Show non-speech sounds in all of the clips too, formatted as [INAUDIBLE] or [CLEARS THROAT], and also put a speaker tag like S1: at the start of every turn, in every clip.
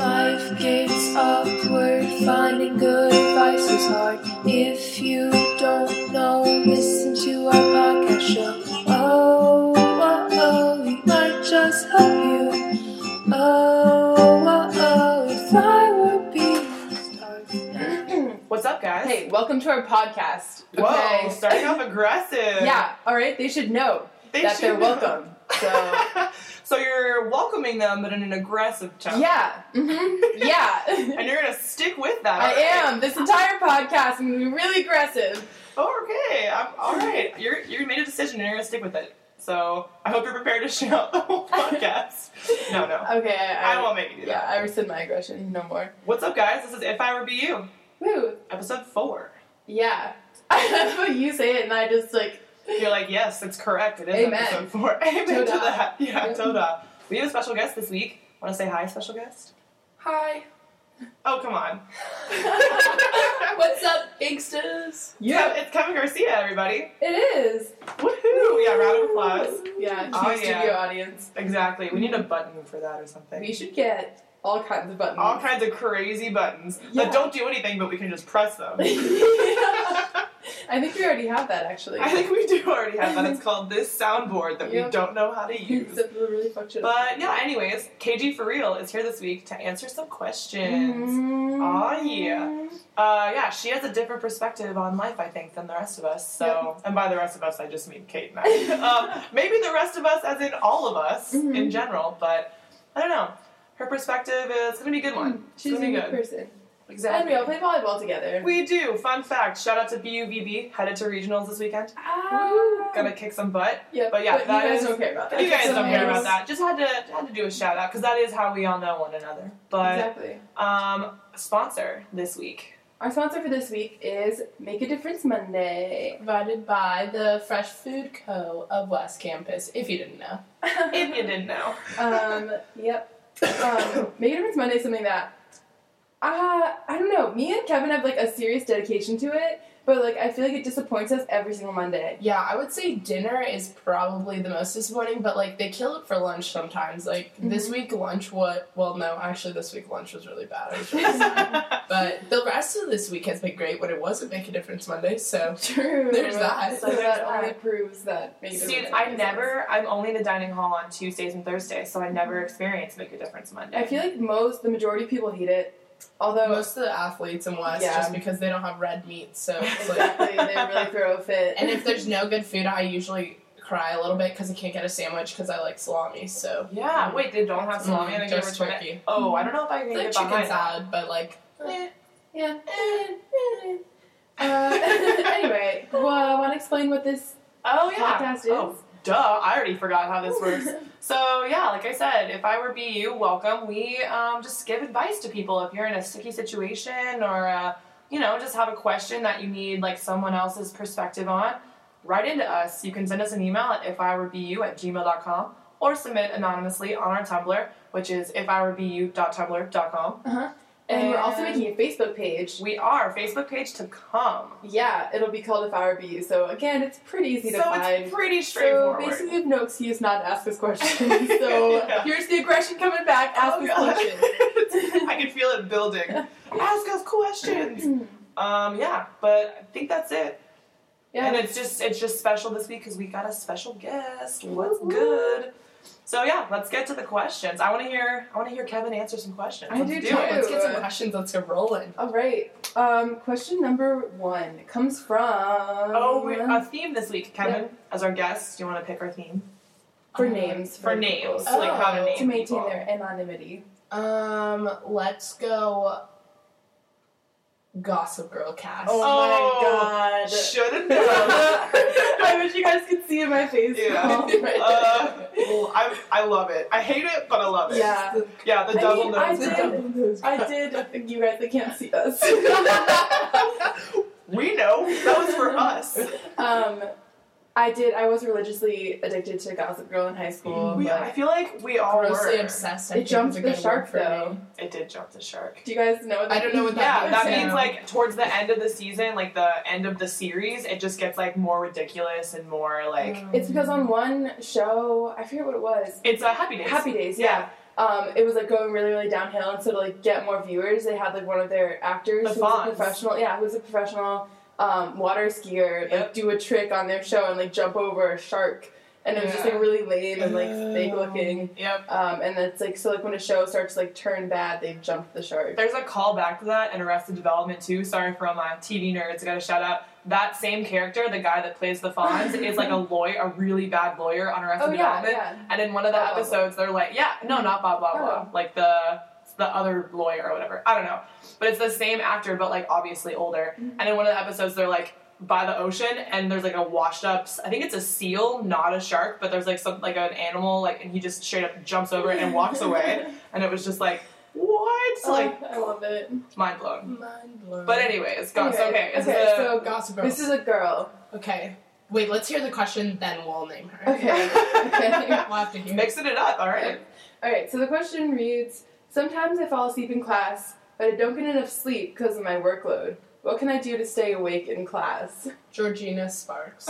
S1: Life gets awkward, finding good advice is hard. If you don't know, listen to our podcast show. Oh, oh, oh, we might just help you. Oh, oh, oh, if I were being starved.
S2: What's up, guys?
S3: Hey, welcome to our podcast.
S2: Whoa, starting off aggressive.
S3: yeah, all right. They should know
S2: They
S3: that
S2: should
S3: they're
S2: know.
S3: welcome.
S2: [LAUGHS]
S3: So,
S2: so you're welcoming them, but in an aggressive tone.
S3: yeah, hmm
S2: [LAUGHS]
S3: yeah.
S2: And you're gonna stick with that.
S3: I
S2: all right.
S3: am. This entire podcast, I'm gonna be really aggressive.
S2: Okay. I'm, all right. You're you made a decision, and you're gonna stick with it. So I hope you're prepared to shout out the whole podcast. no, no.
S3: [LAUGHS] Okay, I,
S2: I won't make you do
S3: Yeah,
S2: that.
S3: I rescind my aggression. No more.
S2: What's up, guys? This is If I Were Be You,
S3: Woo.
S2: episode four.
S3: Yeah. [LAUGHS] but you say it, and I just like. [LAUGHS]
S2: You're like, yes, it's correct. It is
S3: Amen.
S2: episode four. [LAUGHS] Amen to
S3: Toda.
S2: that. Yeah,
S3: Yeah.
S2: Toda. We have a special guest this week. Want to say hi, special guest?
S1: Hi.
S2: Oh, come on.
S1: What's up, bigsters?
S3: [LAUGHS]
S2: Yeah, it's Kevin Garcia, everybody.
S3: it is.
S2: Woohoo! Yeah, round of applause.
S3: Yeah, huge
S2: Oh, yeah.
S3: studio audience.
S2: Exactly. We need a button for that or something.
S3: We should get all kinds of buttons.
S2: All kinds of crazy buttons
S3: Yeah.
S2: that don't do anything, but we can just press
S3: [LAUGHS]
S2: them.
S3: I think we already have that actually.
S2: I think we do already have that. It's called this soundboard that we
S3: Yep.
S2: don't know
S3: [LAUGHS]
S2: how to use.
S3: Except we really fucked it up.
S2: But yeah, anyways, KG for real is here this week to answer some
S3: Mm-hmm.
S2: questions. Aw, ah, yeah. Uh, yeah, she has a different perspective on life, I think, than the rest of us. So, and by the rest of us, I [LAUGHS] just mean Kate and I. um, maybe the rest of us, as in all of us in
S3: Mhm.
S2: general. But I don't know. Her perspective is gonna be a good one.
S3: Mm-hmm. She's
S2: it's
S3: a
S2: gonna be
S3: good
S2: good.
S3: person.
S2: Exactly.
S3: And we all play volleyball together.
S2: We do. Fun fact. Shout out to BUVB. Headed to regionals this weekend.
S3: Ah.
S2: Gonna kick some butt.
S3: Yep,
S2: but yeah,
S3: you
S2: that
S3: guys
S2: is-
S3: don't care about that.
S2: You guys
S3: It's
S2: don't care about
S3: amazing.
S2: that. Just had to had to do a shout out because that is how we all know one another. But
S3: Exactly.
S2: um, sponsor this week.
S3: Our sponsor for this week is Make a Difference Monday.
S4: provided by the Fresh Food Co. of West Campus, if you didn't know.
S2: If you didn't know.
S3: [LAUGHS] um, yep. [LAUGHS]
S2: [LAUGHS]
S3: Um, [LAUGHS] Make a Difference Monday is something that, uh, I don't know, me and Kevin have like a serious dedication to it, but like I feel like it disappoints us every single Monday.
S4: Yeah, I would say dinner is probably the most disappointing, but like they kill it for lunch sometimes. Like
S2: Mm-hmm.
S4: this week lunch what well no, actually this week lunch was really bad. I was
S2: [LAUGHS]
S4: really sad. but the rest of this week has been great, but it wasn't Make a Difference Monday, so
S3: True.
S4: There's that.
S3: So that
S2: There's
S3: only
S2: that.
S3: proves that Make a
S2: See,
S3: Difference Monday
S2: I
S3: is
S2: never. I'm only in the dining hall on Tuesdays and Thursdays, so I never experience Make a Difference Monday.
S3: I feel like most, the majority of people hate it. Although,
S4: most of the athletes in West
S3: Yeah.
S4: just because they don't have red meat, so
S2: [LAUGHS]
S4: it's like
S3: [LAUGHS] exactly, they
S4: [LAUGHS]
S3: really throw a fit.
S4: and if there's no good food, I usually cry a little bit because I can't get a sandwich because I like salami, so
S2: yeah. Wait, they don't have salami and they can
S4: Mm, just
S2: return it.
S4: turkey.
S2: Oh, I don't know if I can
S4: It's like
S2: get
S4: chicken
S2: behind that.
S4: salad, but like
S2: Eh.
S3: [LAUGHS] yeah.
S2: [LAUGHS]
S3: Uh, [LAUGHS] anyway, well, I want to explain what this.
S2: Oh yeah.
S3: Podcast is?
S2: Oh, duh. I already forgot how this
S3: [LAUGHS]
S2: works. So yeah, like I said, if I were BU, welcome. We um, just give advice to people if you're in a sticky situation or uh, you know just have a question that you need like someone else's perspective on. Write into us. You can send us an email at if I were BU at gmail.com or submit anonymously on our Tumblr, which is if I were BU.tumblr.com.
S3: And we're also
S2: And-
S3: making a Facebook page.
S2: We are Facebook page to come.
S3: Yeah, it'll be called If I Were You. So again, it's pretty easy to
S2: so
S3: find.
S2: it's pretty
S3: so
S2: straightforward.
S3: basically, you have no excuse not to ask us
S2: [LAUGHS]
S3: questions. So
S2: Yeah.
S3: here's the aggression coming back. Ask
S2: Oh,
S3: us
S2: God. [LAUGHS]
S3: questions.
S2: I can feel it building. Ask us questions. Um, yeah, but I think that's it.
S3: Yeah.
S2: And it's just it's just special this week because we got a special guest. What's good? So yeah, let's get to the questions. I want to hear I want to hear Kevin answer some questions.
S3: I
S2: Let's
S3: do
S2: do it.
S4: Let's get some
S3: Ew.
S4: questions. Let's get rolling.
S3: All right. Um, question number one comes from.
S2: Oh, we,
S3: Uh-huh. uh,
S2: a theme this week, Kevin, as our guest. Do you want to pick our theme
S3: for names
S2: for
S3: people.
S2: names, like how to
S4: Oh.
S2: name
S3: to maintain
S2: people.
S3: their anonymity.
S4: Um, let's go. Gossip Girl cast. [LAUGHS]
S2: Oh.
S3: my god.
S2: Shouldn't know.
S3: [LAUGHS] I wish you guys could see my face.
S2: Yeah.
S3: [LAUGHS] now.
S2: uh, I I love it. I hate it, but I love it.
S3: yeah.
S4: uh,
S2: Yeah, the
S3: I
S2: double
S3: mean, I
S2: nose. the
S3: did-
S2: double-
S3: I
S4: [LAUGHS]
S3: did. You guys, they can't see us.
S2: We know that was for us.
S3: um, I did. I was religiously addicted to Gossip Girl in high school.
S2: We, I
S3: but
S2: feel like we all
S4: Grossly
S2: were.
S4: obsessed. I
S3: It
S4: think
S3: jumped
S4: is a
S3: the
S4: good
S3: shark,
S4: word for
S3: though.
S4: me.
S2: It did jump the shark.
S3: do you guys know? What
S4: I don't know what
S2: Yeah,
S4: means.
S2: that
S4: Yeah.
S2: means like towards the end of the season, like the end of the series, it just gets like more ridiculous and more like
S4: Mm.
S3: It's because on one show, I forget what it was.
S2: it's a happy days.
S3: Happy Days.
S2: yeah.
S3: um, it was like going really, really downhill. And so to like get more viewers, they had like one of their actors
S2: The
S3: who was a
S2: Fonz.
S3: professional. Yeah, who was a professional um, water skier, like
S2: Yep.
S3: do a trick on their show and like jump over a shark. And it was just
S2: Yeah.
S3: like really lame and like fake looking.
S2: Yep.
S3: Um, and that's like so like when a show starts to like turn bad, they've jumped the shark.
S2: There's a callback to that in Arrested Development too. Sorry for all my TV nerds. Got to shout out that same character, the guy that plays the Fonz, is like a lawyer, a really bad lawyer on Arrested
S3: Oh yeah,
S2: Development.
S3: yeah.
S2: And in one of the
S3: Blah, blah,
S2: episodes, they're like, yeah, no, not blah blah blah, like the it's the other lawyer or whatever. I don't know, but it's the same actor, but like obviously older.
S3: Mm-hmm.
S2: And in one of the episodes, they're like by the ocean, and there's like a washed up. I think it's a seal, not a shark, but there's like some like an animal, like, and he just straight up jumps over it and
S3: [LAUGHS]
S2: walks away. And it was just like, what?
S3: Oh,
S2: Like
S3: I love it.
S2: mind blown.
S4: Mind blown.
S2: But anyways, go
S3: Anyway,
S2: okay. It's
S3: okay,
S2: the-
S3: so
S4: Gossip Girl.
S3: This is a girl.
S4: okay. Wait, let's hear the question, then we'll name her.
S3: Okay. okay.
S4: we'll have to
S2: [LAUGHS]
S4: hear.
S2: mixing it up. All
S3: [LAUGHS]
S2: right.
S3: All right, so the question reads Sometimes I fall asleep in class, but I don't get enough sleep because of my workload. What can I do to stay awake in class? [LAUGHS]
S4: Georgina Sparks.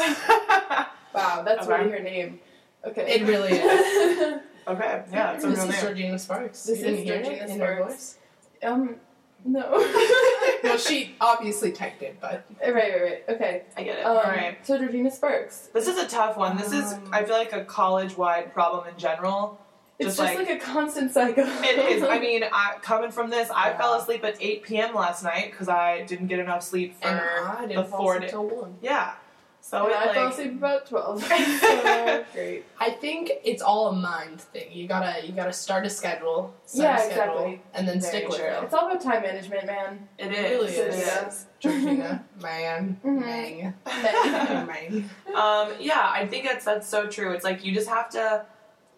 S3: Wow, that's
S2: Okay.
S3: really her name. Okay.
S4: It really
S3: is.
S2: okay. Yeah, it's a
S4: this
S2: real
S4: is
S2: name.
S4: Georgina Sparks.
S3: This
S4: You didn't
S3: is
S4: hear it
S3: Georgina
S4: in her
S3: Sparks.
S4: voice?
S3: [LAUGHS] um, no. [LAUGHS]
S4: Well, she obviously typed it, but
S3: right, right, right. Okay.
S2: I get it.
S3: Um,
S2: all right.
S3: So Georgina Sparks.
S2: This is a tough one. This is,
S4: Um,
S2: I feel like, a college wide problem in general.
S3: It's
S2: Just
S3: just like,
S2: like-
S3: a constant cycle.
S2: It is.
S4: [LAUGHS]
S2: I mean, I, coming from this, I
S4: Yeah.
S2: fell asleep at 8 p.m. last night because I didn't get enough sleep for.
S4: and I didn't fall
S2: before
S4: asleep
S2: it-
S4: till one.
S2: yeah. So
S3: And
S2: it,
S3: [LAUGHS] I
S2: like,
S3: fell asleep about 12. so great.
S4: I think it's all a mind thing. You gotta you gotta start a schedule, set
S3: Yeah,
S4: a schedule,
S3: exactly.
S4: and then
S2: Very
S4: stick with
S2: true.
S4: it.
S3: It's all about time management, man.
S2: it
S4: It
S2: is. Mm-hmm.
S4: really is.
S2: It
S4: [LAUGHS] Georgina,
S2: [LAUGHS]
S4: man,
S3: Mhm.
S4: [LAUGHS] Mang,
S2: is.
S4: Mang.
S2: um, yeah, I think that's that's so true. It's like you just have to.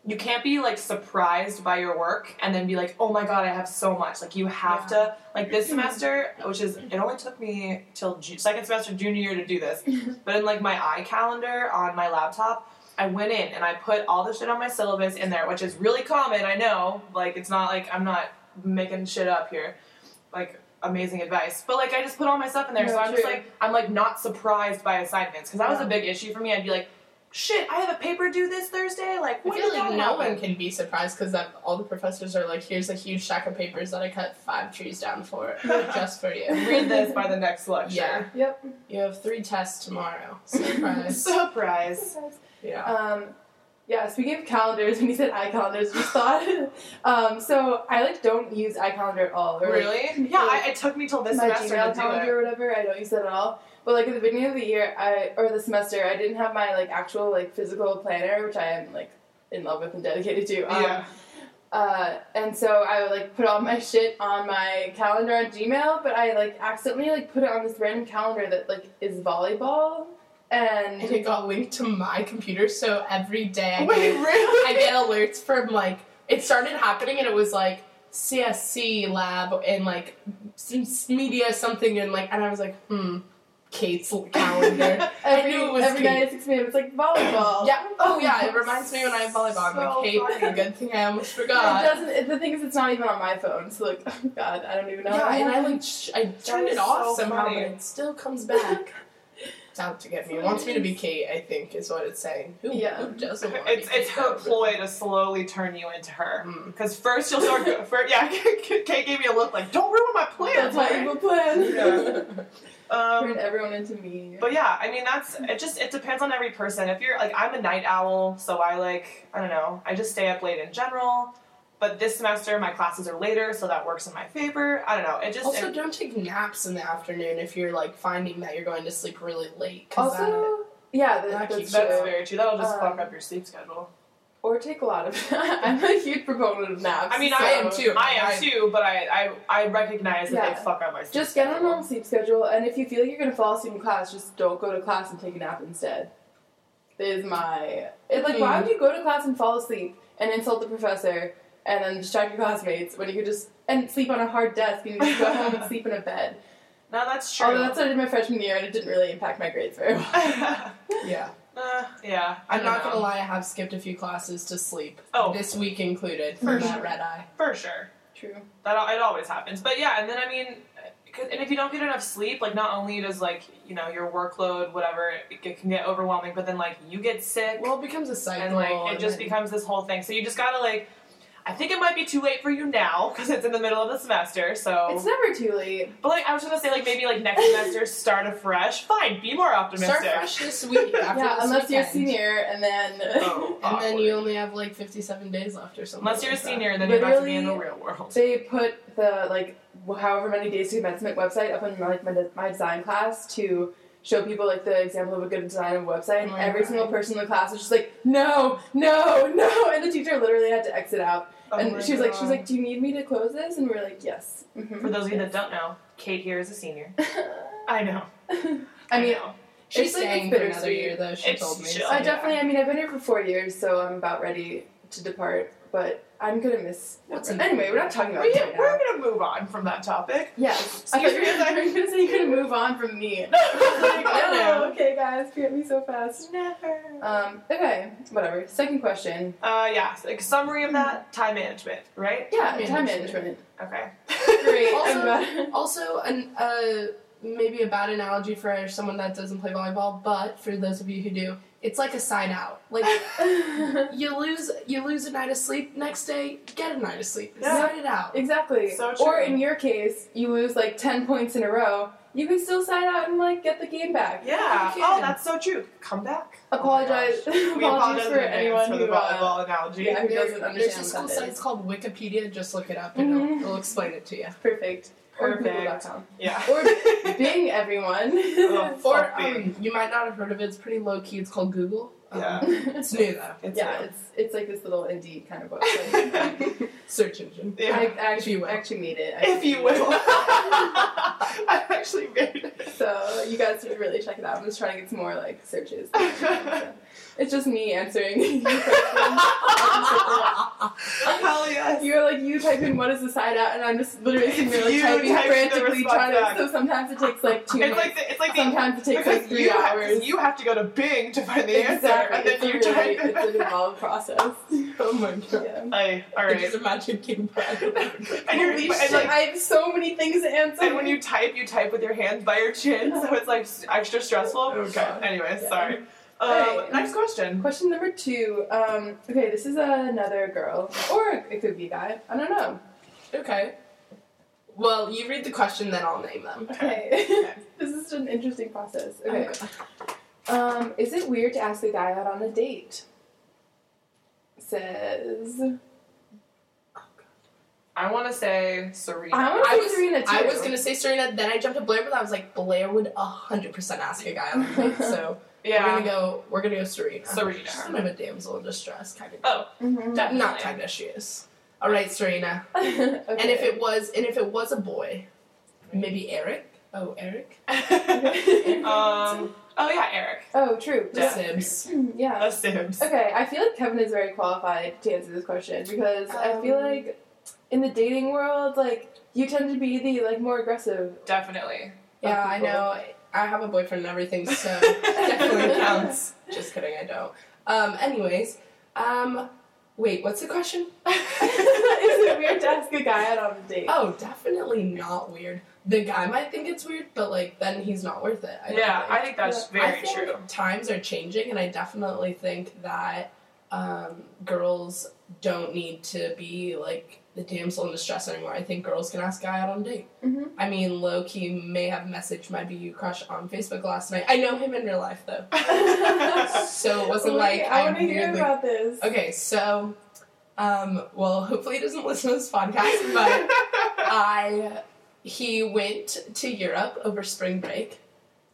S2: You can't be like surprised by your work and then be like, oh my god, I have so much. Like you have
S4: Yeah.
S2: to like this semester, which is it only took me till ju- second semester junior year to do this, but in like my eye calendar on my laptop, I went in and I put all the shit on my syllabus in there, which is really common. I know, like it's not like I'm not making shit up here, like amazing advice. But like I just put all my stuff in there,
S3: No,
S2: so I'm just
S3: true.
S2: like I'm like not surprised by assignments because that was a
S4: Yeah.
S2: big issue for me. I'd be like, shit, I have a paper due this Thursday. Like,
S4: I
S2: what
S4: feel
S2: did
S4: like
S2: that
S4: no
S2: happen?
S4: one can be surprised because all the professors are like, "Here's a huge stack of papers that I cut five trees down for,
S2: [LAUGHS]
S4: just for you.
S2: read this by the next lecture.
S4: Yeah.
S3: Yep.
S4: You have three tests
S2: [LAUGHS]
S4: tomorrow. [LAUGHS] Surprise!
S2: Surprise.
S4: yeah.
S3: Um, yeah, speaking of calendars, [LAUGHS] when you said iCalendars, we thought. [LAUGHS] Um, so I like don't use iCalendar at all. Or, like,
S2: Really? Yeah, I, it took me till this
S3: my
S2: semester
S3: Gmail
S2: to do it.
S3: calendar or whatever, I don't use that at all. But like at the beginning of the year, I or the semester, I didn't have my like actual like physical planner, which I am like in love with and dedicated to. Um,
S2: yeah.
S3: Uh, and so I would like put all my shit on my calendar on Gmail, but I like accidentally like put it on this random calendar that like is volleyball,
S2: [LAUGHS]
S3: and
S4: And it got linked to my computer, so every day I
S2: Wait,
S4: get, [LAUGHS]
S2: really?
S4: I get alerts from like it started happening, and it was like CSC lab and like some s- media something, and like and I was like, hmm, Kate's l-
S2: [LAUGHS]
S4: calendar.
S3: every,
S4: knew it was
S3: every
S4: Kate.
S3: night at six p.m. It's like volleyball.
S4: yeah. Oh yeah, it reminds me when I have volleyball. I'm
S2: So
S4: like, Kate,
S2: funny.
S4: good thing I almost
S3: Yeah,
S4: forgot.
S3: It doesn't. It, the thing is, it's not even on my phone. So like, [LAUGHS] oh God, I don't even know.
S4: yeah, and I like sh- I turned
S2: is
S4: it off
S2: so
S4: somehow,
S2: funny.
S4: but it still comes back. It's out to get me. It wants me to be Kate. I think is what it's saying. Who,
S3: Yeah.
S2: [LAUGHS]
S4: who doesn't want
S2: [LAUGHS] It's
S4: to be
S2: it's
S4: Kate
S2: her
S4: Upton?
S2: ploy to slowly turn you into her.
S4: Mm.
S2: Because first you'll start. Go, first, yeah, [LAUGHS] Kate gave me a look like, "Don't ruin my
S3: [LAUGHS]
S2: plans."
S3: that's my
S2: Like,
S3: evil plan.
S2: [LAUGHS] Yeah.
S3: Turn
S2: um,
S3: everyone into me.
S2: but yeah, I mean that's it. Just it depends on every person. If you're like, I'm a night owl, so I like I don't know. I just stay up late in general. But this semester my classes are later, so that works in my favor. I don't know. It just
S4: Also,
S2: it-
S4: don't take naps in the afternoon if you're like finding that you're going to sleep really late. 'cause that-
S3: also, yeah, that,
S4: That
S3: that's
S4: keeps-
S2: that's
S3: true.
S2: very true. That'll just fuck
S3: Um,
S2: up your sleep schedule.
S3: Or take a lot of. [LAUGHS] I'm a huge proponent of naps.
S2: I mean,
S3: so
S2: I am
S4: too.
S2: I am
S4: I-
S2: too, but I I, I recognize that they
S3: Yeah.
S2: fuck up my sleep.
S3: Just get on a
S2: schedule.
S3: normal sleep schedule, and if you feel like you're gonna fall asleep in class, just don't go to class and take a nap instead. Is my it's like why would you go to class and fall asleep and insult the professor and then distract your classmates when you could just and sleep on a hard desk and you just go [LAUGHS] home and sleep in a bed.
S2: No, that's true.
S3: Although Oh, that's what I did my freshman year and it didn't really impact my grades very well.
S4: yeah.
S2: [LAUGHS] Uh, yeah, I
S4: I'm
S2: don't
S4: not
S2: know.
S4: gonna lie. I have skipped a few classes to sleep.
S2: Oh.
S4: This week included
S3: For
S4: from that
S3: sure.
S4: red eye.
S2: for sure.
S3: True.
S2: That al- it always happens. But yeah, and then I mean, 'cause- and if you don't get enough sleep, like not only does like you know your workload, whatever, it, it can get overwhelming. But then like you get sick,
S4: Well, it becomes a cycle.
S2: and like it just
S4: then-
S2: becomes this whole thing. So you just gotta like. I think it might be too late for you now because it's in the middle of the semester. So,
S3: It's never too late.
S2: but like I was gonna say, like maybe like next semester, start afresh. Fine, be more optimistic.
S4: Start fresh
S2: [LAUGHS]
S4: this week. After
S3: yeah,
S4: this
S3: unless you're a
S4: weekend.
S3: senior and then.
S2: Oh,
S4: And then
S2: awkward.
S4: you only have like 57 days left or something.
S2: Unless you're a
S4: like that.
S2: senior, then you're about to be in the
S3: Literally-
S2: real world.
S3: [LAUGHS] they put the like however many days to commencement website up on like my, my design class to show people like the example of a good design of a website and
S4: Oh my
S3: every
S4: God.
S3: single person in the class was just like no no no [LAUGHS] and the teacher literally had to exit out
S2: Oh
S3: and she was like she was like do you need me to close this and we were like yes Mhm.
S2: for those of you
S3: [LAUGHS]
S2: that don't know, Kate here is a senior. I know.
S3: I mean
S2: know.
S4: She's
S3: It's like
S4: staying
S3: it's
S4: for another
S3: bittersweet.
S4: year, though. She
S2: It's
S4: told me.
S2: chill.
S4: so,
S3: I
S4: yeah.
S3: definitely I mean I've been here for four years so I'm about ready to depart but I'm gonna miss
S4: What's in-
S3: anyway we're not talking about
S2: we,
S3: it right now.
S2: we're gonna move on from that topic. [LAUGHS]
S3: Yes.
S2: I thought you were gonna
S3: [LAUGHS]
S2: say-
S3: I was gonna say you're gonna move on from me. [LAUGHS]
S2: No,
S3: Like,
S2: no.
S3: oh, okay, guys, forget me so fast.
S2: Never.
S3: Um, okay, whatever. Second question.
S2: Uh, yeah. so, Like summary of that time management, right?
S3: Yeah,
S4: Time
S3: time management.
S4: management.
S2: Okay. [LAUGHS]
S3: Great. [LAUGHS]
S4: Also-
S3: I'm glad-
S4: Also, an, uh, maybe a bad analogy for someone that doesn't play volleyball, but for those of you who do, it's like a sign out. Like you lose, you lose a night of sleep. Next day, get a night of sleep.
S2: Yeah.
S4: Sign it out.
S3: [LAUGHS] exactly.
S2: So
S3: Or
S2: true.
S3: in your case, you lose like ten points in a row. You can still side out and like get the game back.
S2: Yeah.
S4: Okay.
S2: Oh, that's so true. Come back. Oh my
S3: Apologize. [LAUGHS]
S2: gosh. We
S3: apologies
S2: apologize
S3: for
S2: in advance
S3: anyone
S2: for
S3: who
S2: the
S3: uh,
S2: volleyball analogy.
S3: yeah, who
S4: There-
S3: doesn't
S4: There's a
S3: understand
S4: school
S3: what that
S4: site
S3: is.
S4: it's called Wikipedia. Just look it up, and
S3: Mhm.
S4: it'll, it'll explain it to you.
S3: Perfect. Or
S2: Perfect.
S3: Google.com.
S2: Yeah.
S3: [LAUGHS] Or Bing, everyone.
S2: Oh,
S3: [LAUGHS]
S2: fuck
S4: Or
S2: Bing.
S4: um, you might not have heard of it. It's pretty low key. It's called Google. Um,
S2: Yeah.
S4: It's new though.
S2: [LAUGHS] It's
S3: yeah, [LAUGHS]
S2: new.
S3: it's it's like this little indie
S2: [LAUGHS]
S3: kind of website.
S4: Search engine.
S2: Yeah.
S4: [LAUGHS]
S3: [LAUGHS] I actually
S4: you will.
S3: actually made it. I
S2: if you will. [LAUGHS] I actually made [LAUGHS]
S3: [LAUGHS]
S2: it.
S3: So you guys should really check it out. I'm just trying to get some more like
S2: [LAUGHS]
S3: searches. it's just me answering.
S2: Hell yes.
S3: You're like you type in what is the side out, and I'm just literally sitting there like
S2: You
S3: typing
S2: type the
S3: frantically
S2: response
S3: trying to.
S2: back.
S3: So sometimes it takes like two
S2: It's
S3: minutes.
S2: like the, it's like the
S3: sometimes it takes
S2: because
S3: like three
S2: you
S3: hours.
S2: Have, you have to go to Bing to find the
S3: exactly.
S2: answer, and then you
S3: it's, a really,
S2: type it.
S3: it's
S2: [LAUGHS]
S3: an involved process.
S4: Oh my god.
S3: Yeah.
S2: I, all
S4: I
S2: [LAUGHS] right.
S4: just imagine getting back.
S2: [LAUGHS] And you're
S3: Holy
S2: and
S3: shit!
S2: like.
S3: I have so many things to answer.
S2: And when you type, you type with your hands by your chin, so it's like s- extra stressful. Okay.
S4: God.
S2: Anyways,
S3: Oh, Yeah.
S2: sorry. Um,
S3: Alright.
S2: Next question.
S3: Question number two. Um, okay, this is another girl, or it could be a guy. I don't know.
S4: okay. Well, you read the question, then I'll name them.
S3: [LAUGHS] Okay. this is an interesting process. Okay.
S4: Okay.
S3: Um, is it weird to ask a guy out on a date? Says.
S2: I want to say Serena.
S3: I
S4: I
S3: want to
S4: was-
S3: say Serena too.
S4: I was gonna say Serena, then I jumped to Blair, but I was like, Blair would hundred percent ask a guy on a date, so we're
S2: yeah.
S4: gonna go. We're gonna go Serena. Oh,
S2: Serena.
S4: She's kind of a damsel in distress, kind of.
S2: [LAUGHS]
S3: Mhm.
S2: Definitely.
S4: Not kind of. She is. All right, Serena.
S3: [LAUGHS] okay.
S4: And if it was, and if it was a boy, maybe Eric. Oh, Eric.
S3: Okay.
S2: um. Oh yeah, Eric.
S3: [LAUGHS] oh, true. [CLEARS THROAT]
S2: Yeah.
S4: Sibs.
S3: Yeah.
S2: The Sims.
S3: Okay, I feel like Kevin is very qualified to answer this question because I feel
S4: Um.
S3: like in the dating world, like you tend to be the like more aggressive.
S2: Definitely.
S4: Yeah, I
S3: people.
S4: know. I have a boyfriend and
S2: [LAUGHS]
S4: everything, so [LAUGHS] definitely counts. Just kidding, I don't. Um, anyways, um, wait, what's the question?
S3: [LAUGHS] is it weird to ask a guy out on a date?
S4: Oh, definitely not weird. The guy might think it's weird, but like then he's not worth it. I don't
S2: yeah,
S4: think.
S2: I think that's
S4: I
S2: very
S3: [LAUGHS]
S4: think
S2: true.
S4: Times are changing, and I definitely think that um, girls don't need to be like the damsel in distress anymore. I think girls can ask guy out on a date.
S3: Mhm.
S4: I mean, low key may have messaged my BU crush on Facebook last night. I know him in real life though, so it wasn't
S3: Wait,
S4: like
S3: I
S4: I'm
S3: want to hear
S4: weirdly
S3: about this.
S4: Okay, so, um, well, hopefully he doesn't listen to this podcast, but
S2: [LAUGHS]
S4: I, he went to Europe over spring break,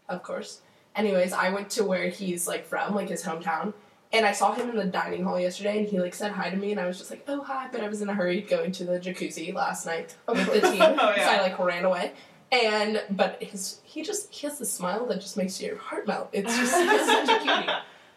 S4: of course. Anyways, I went to where he's like from, like his hometown, and I saw him in the dining hall yesterday, and he like said hi to me, and I was just like, oh hi, but I was in a hurry going to the jacuzzi last night with
S2: [LAUGHS]
S4: the team,
S2: Oh,
S4: so
S2: yeah.
S4: I like ran away. And but his he just he has this smile that just makes your heart melt. It's just he's such a cutie.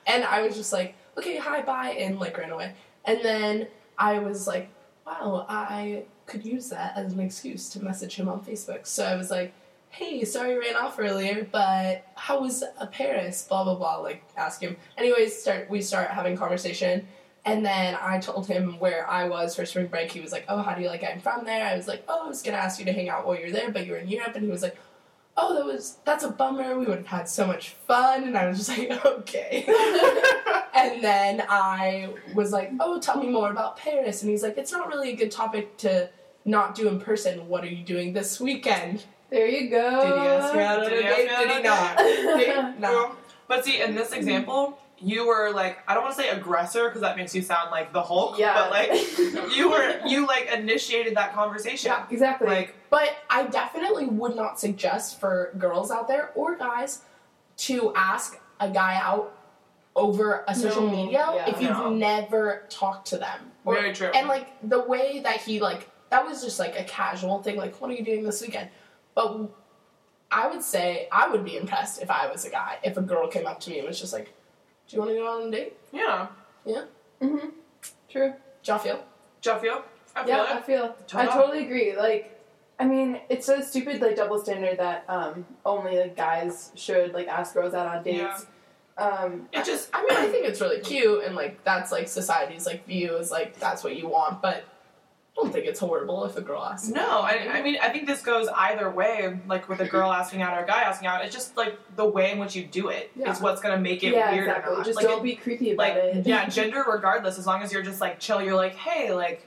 S4: And I was just like, okay, hi, bye, and like ran away. And then I was like, wow, I could use that as an excuse to message him on Facebook. So I was like, hey, sorry I ran off earlier, but how was uh, Paris? Blah blah blah. Like ask him. Anyways, start we start having conversation. And then I told him where I was for spring break. He was like, "Oh, how do you like it? I'm from there." I was like, "Oh, I was gonna ask you to hang out while you're there, but you were in Europe." And he was like, "Oh, [LAUGHS] that was that's a bummer. We would have had so much fun." And I was just like, "Okay." And then I was like, "Oh, tell me more about Paris." And he's like, "It's not really a good topic to not do in person. What are you doing this weekend?"
S3: There you go.
S4: Did he ask me out on a
S2: Did he
S4: date?
S2: ask me
S4: Did he
S3: [LAUGHS]
S4: not?
S2: out
S4: Did he not?
S2: But see, in this example, you were like, I don't want to say aggressor because that makes you sound like the Hulk,
S3: yeah.
S2: but like,
S3: [LAUGHS]
S2: you were, you like initiated that conversation.
S4: Yeah.
S3: exactly.
S2: Like,
S4: But I definitely would not suggest for girls out there or guys to ask a guy out over a social
S3: No,
S4: media
S3: yeah.
S4: if you've
S2: No.
S4: never talked to them. Or-
S2: very true.
S4: and like the way that he like that was just like a casual thing, like what are you doing this weekend? But I would say I would be impressed if I was a guy, if a girl came up to me and was just like, Do you wanna go on a date?
S2: yeah.
S3: hmm True.
S4: Jaffiel?
S2: Jeffio, I feel
S3: yeah, I
S2: it.
S3: feel.
S2: Turn
S3: I
S2: up.
S3: totally agree. Like, I mean, it's so stupid, like double standard that um only like guys should like ask girls out on dates. Um,
S2: It just,
S4: I mean, I think it's really cute, and like that's like society's like view is like that's what you want, but I don't think it's horrible if a girl asks.
S2: no, I, I mean, I think this goes either way, like with a girl asking out or a guy asking out. It's just like the way in which you do it is
S4: Yeah.
S2: what's going to make it
S3: yeah,
S2: weird
S3: exactly.
S2: or not.
S3: Just
S2: like,
S3: don't
S2: it-
S3: be creepy about
S2: like
S3: it.
S2: yeah gender regardless as long as you're just like chill you're like hey like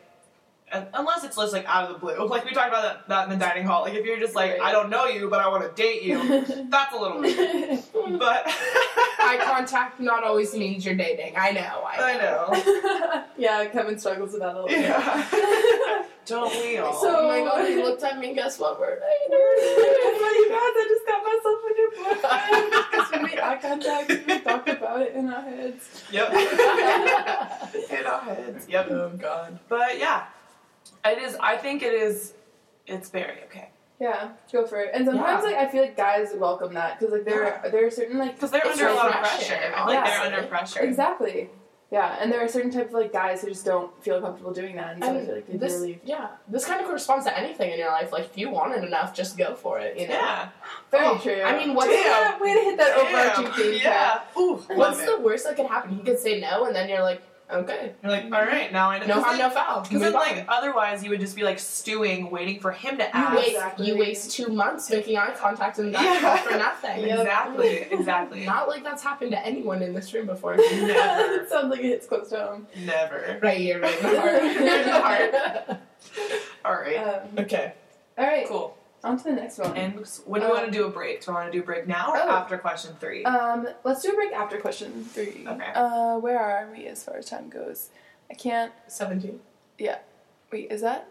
S2: un- unless it's just like out of the blue like we talked about that, that in the dining hall like if you're just like
S3: Right.
S2: i don't know you but i want to date you that's a little weird. but
S4: Eye contact not always means you're dating. I know.
S2: i
S3: [LAUGHS]
S2: know
S3: [LAUGHS] yeah, Kevin struggles with that
S2: [LAUGHS]
S3: a little [LAUGHS]
S2: yeah don't we all
S4: [LAUGHS]
S3: So-
S4: Oh my god, he looked at me. and Guess what? We're [LAUGHS]
S3: bit.
S4: dating.
S3: Funny guys, I just got myself a new boyfriend because we made eye contact and we talked about it in our heads.
S2: yep in our heads yep
S4: oh god.
S2: but yeah it is i think it is it's very okay
S3: Yeah, go for it. And sometimes, like, I feel like guys welcome that because, like, there are, there are certain like
S2: because they're
S4: It's
S2: under a lot of
S4: refreshing,
S2: pressure like they're
S4: honestly.
S2: under pressure
S3: Exactly. Yeah, and there are certain types of like guys who just don't feel comfortable doing that, and so I
S4: And
S3: feel like they
S4: this,
S3: really
S4: yeah, this kind of corresponds to anything in your life. Like if you want it enough, just go for it. You know.
S2: yeah
S3: very
S4: Oh,
S3: true.
S4: I mean, what's
S2: Damn.
S4: the
S3: yeah, way to hit that overarching
S2: Damn.
S3: theme. Kat.
S2: yeah Ooh, love
S4: what's
S2: it.
S4: the worst that could happen? He could say no, and then you're like, okay,
S2: You're like, all right, now I know.
S4: no harm, no foul.
S2: Because then,
S4: Move on.
S2: like, otherwise you would just be like stewing, waiting for him to
S4: You
S2: ask.
S4: waste
S3: Exactly.
S4: you waste two months making eye contact and that
S2: Yeah.
S4: for nothing.
S3: Yep.
S4: [LAUGHS]
S2: Exactly, exactly.
S4: Not like that's happened to anyone in this room before.
S2: Never.
S3: it sounds like it hits close to home.
S2: Never.
S4: right here, right in the heart. Right in the
S3: [LAUGHS]
S4: heart.
S2: All right.
S3: Um,
S4: [LAUGHS] Okay. Oh.
S3: all right,
S2: Cool.
S3: on to the next one.
S2: And when do we
S3: Um,
S2: want to do a break? Do we want to do a break now or
S3: Oh.
S2: after question three?
S3: um, let's do a break after question three.
S2: Okay.
S3: Uh, where are we as far as time goes? I can't.
S4: Seventeen.
S3: Wait, is that?